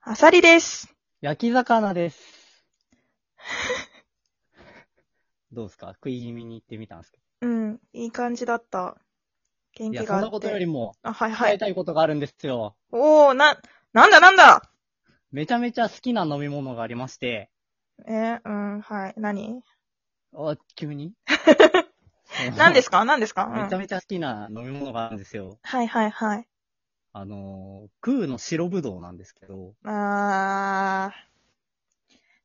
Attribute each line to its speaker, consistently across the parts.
Speaker 1: アサリです。
Speaker 2: 焼き魚です。 どうですか食い気味に行ってみたんですけ
Speaker 1: うん、いい感じだった。元
Speaker 2: ど。いや、
Speaker 1: 気
Speaker 2: そ
Speaker 1: が
Speaker 2: ん
Speaker 1: あ
Speaker 2: な
Speaker 1: っ
Speaker 2: ことよ
Speaker 1: て。
Speaker 2: りも、
Speaker 1: あ、はいは
Speaker 2: 伝え
Speaker 1: い。
Speaker 2: たいことがあるんですよ。
Speaker 1: おー、な、なんだなんだ
Speaker 2: めちゃめちゃ好きな飲み物がありまして。
Speaker 1: え、うん、はい。何
Speaker 2: あ、急に
Speaker 1: 何ですか何ですか、
Speaker 2: めち
Speaker 1: う
Speaker 2: ゃ
Speaker 1: ん、
Speaker 2: めちゃ好きな飲み物があるんですよ。
Speaker 1: はいはいはい。
Speaker 2: あのー、空の白ぶどうなんですけど。
Speaker 1: あー、
Speaker 2: わか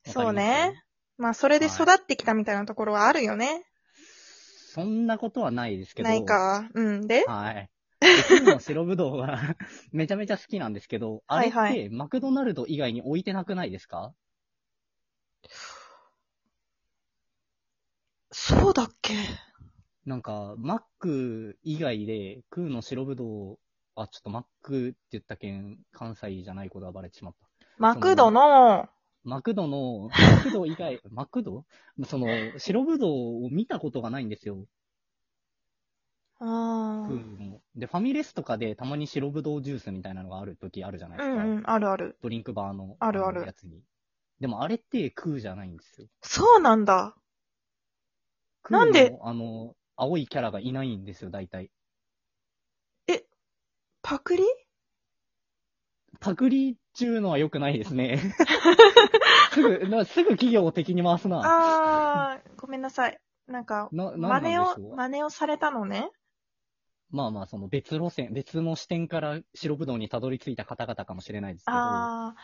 Speaker 2: り
Speaker 1: そう
Speaker 2: ます
Speaker 1: ね。。まあ、それで育ってきたみたいなところはあるよね。
Speaker 2: そんなことはないですけど。
Speaker 1: ない。か。うん、で
Speaker 2: はい。で空の白ぶどうが めちゃめちゃ好きなんですけど、あれっ
Speaker 1: はいは
Speaker 2: てマクドナルド以外に置いてなくないですか
Speaker 1: そうだっけ
Speaker 2: なんか、マック以外で、空の白ぶどう、あ、ちょっとマックって言ったけん、関西じゃないことはバレてしまった。
Speaker 1: マクドの、
Speaker 2: マク ドの、マクド以外、マクドその、白ぶどうを見たことがないんですよ、
Speaker 1: あー
Speaker 2: 空の。で、ファミレスとかでたまに白ぶどうジュースみたいなのがある時あるじゃないうですか。
Speaker 1: んうん、あるある。
Speaker 2: ドリンクバーの、
Speaker 1: あるある
Speaker 2: のやつに。でもあれって空じゃないんですよ。
Speaker 1: そうなんだ。
Speaker 2: 空の
Speaker 1: なんで
Speaker 2: あの、青いキャラがいないんですよ、大体。
Speaker 1: パクリ
Speaker 2: パクリっちゅうのは良くないですね。 すぐ、なすぐ企業を敵に回すな。
Speaker 1: あー、ごめんなさい。なんか、
Speaker 2: な、なんなん
Speaker 1: 真
Speaker 2: でし
Speaker 1: 似
Speaker 2: ょ
Speaker 1: を、
Speaker 2: う。
Speaker 1: 真似をされたのね。
Speaker 2: まあまあ、その別路線、別の視点から白ぶどうにたどり着いた方々かもしれないですけど、
Speaker 1: ああ、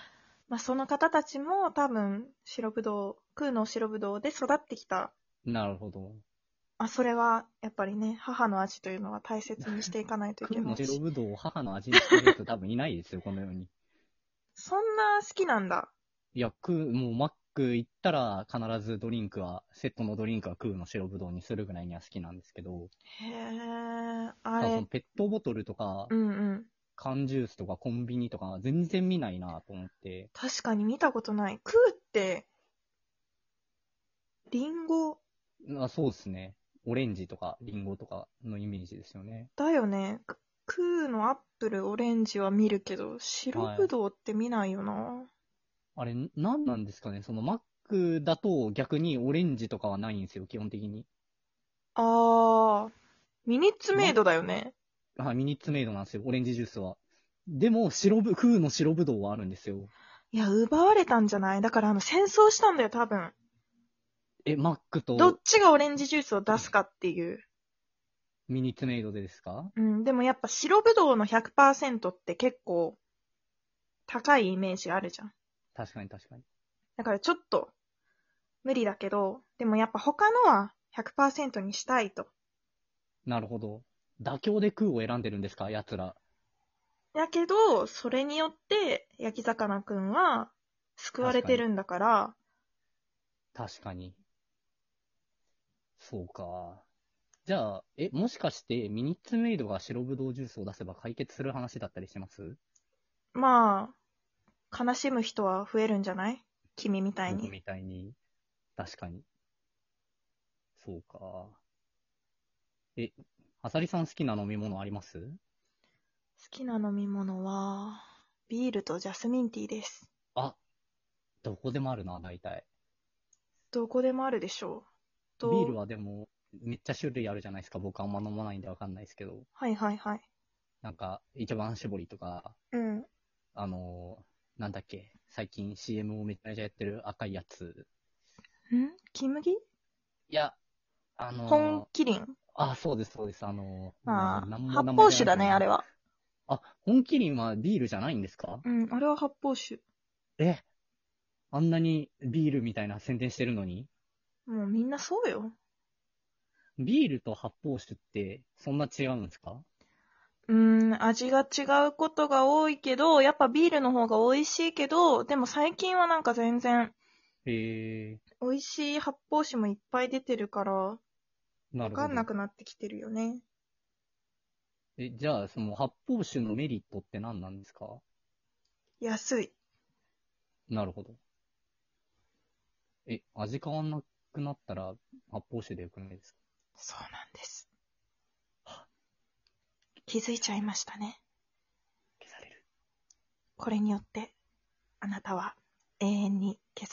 Speaker 1: まあその方たちも多分、白ぶどう、空の白ぶどうで育ってきた。
Speaker 2: なるほど。
Speaker 1: あ、それは、やっぱりね、母の味というのは大切にしていかないといけ
Speaker 2: 空
Speaker 1: な
Speaker 2: の
Speaker 1: いし
Speaker 2: 白ぶどうを母の味にしてる人多分いないですよ、この世に。
Speaker 1: そんな好きなんだ。
Speaker 2: いや、空、もうマック行ったら必ずドリンクは、セットのドリンクは空の白ぶどうにするぐらいには好きなんですけど、
Speaker 1: へえ、あ
Speaker 2: ただそ
Speaker 1: れ
Speaker 2: の、ペットボトルとか
Speaker 1: う、んうん。
Speaker 2: 缶ジュースとかコンビニとか全然見ないなと思って、
Speaker 1: 確かに見たことない。空って、リンゴ
Speaker 2: あ、そうですね。オレンジとかリンゴとかのイメージですよね。
Speaker 1: だよね。く空のアップル、オレンジは見るけど、白ぶどうって見ないよな。
Speaker 2: あれ、なんなんですかねそのマックだと逆にオレンジとかはないんですよ、基本的に。
Speaker 1: ああ、ミニッツメイドだよね。
Speaker 2: あ、ミニッツメイドなんですよ、オレンジジュースは。でも、白ぶ、空の白ぶどうはあるんですよ。
Speaker 1: いや、奪われたんじゃないだからあの戦争したんだよ、多分。
Speaker 2: え、マック
Speaker 1: どっ
Speaker 2: と
Speaker 1: ちがオレンジジュースを出すかっていう。
Speaker 2: ミニッツメイドでですか
Speaker 1: うん、でもやっぱ白ぶどうの100%って結構高いイメージあるじゃん。
Speaker 2: 確かに確かに。
Speaker 1: だからちょっと無理だけど、でもやっぱ他のは100%にしたいと。
Speaker 2: なるほど。妥協で空を選んでるんですか奴ら。
Speaker 1: だけど、それによって焼き魚くんは救われてるんだから、
Speaker 2: 確かに。そうか。じゃあ、え、もしかして、ミニッツメイドが白ぶどうジュースを出せば解決する話だったりします
Speaker 1: まあ、悲しむ人は増えるんじゃない君みたい
Speaker 2: 僕
Speaker 1: に。
Speaker 2: みたいに。確かに。そうか。え、あさりさん好きな飲み物あります
Speaker 1: 好きな飲み物は、ビールとジャスミンティーです。
Speaker 2: あ、どこでもあるな、大体。
Speaker 1: どこでもあるでしょう。
Speaker 2: ビ
Speaker 1: と
Speaker 2: ールはでも、めっちゃ種類あるじゃないですか。僕あんま飲まないんでわかんないですけど。
Speaker 1: はいはいはい。
Speaker 2: なんか、一番搾りとか、
Speaker 1: うん。
Speaker 2: あのーなんだっけ、最近 CM をめちゃめちゃやってる赤いやつ。
Speaker 1: ん金麦
Speaker 2: いや、あのー
Speaker 1: 本麒麟。
Speaker 2: あ、そうです、そうです。あのー
Speaker 1: あ
Speaker 2: な
Speaker 1: あ
Speaker 2: ん、も名
Speaker 1: 発
Speaker 2: 前
Speaker 1: 泡酒だね、
Speaker 2: が
Speaker 1: あれ
Speaker 2: 出てこ
Speaker 1: は。
Speaker 2: ない。あ、本麒麟はビールじゃないんですか
Speaker 1: うん、あれは発泡酒。
Speaker 2: え、あんなにビールみたいな宣伝してるのに
Speaker 1: もうみんなそうよ。
Speaker 2: ビールと発泡酒ってそんな違うんですか
Speaker 1: うーん、味が違うことが多いけど、やっぱビールの方が美味しいけど、でも最近はなんか全然、
Speaker 2: へえ
Speaker 1: 美味しい発泡酒もいっぱい出てるから、
Speaker 2: ー、な
Speaker 1: わ
Speaker 2: る
Speaker 1: か
Speaker 2: ほ
Speaker 1: んな
Speaker 2: ど。
Speaker 1: くなってきてるよね。
Speaker 2: え、じゃあ、その発泡酒のメリットって何なんですか
Speaker 1: 安い。
Speaker 2: なるほど。え、味変わんなくなったら発泡酒でよくないですか
Speaker 1: そうなんです。気づいちゃいましたね。
Speaker 2: 消される。
Speaker 1: これによって、あなたは永遠に消され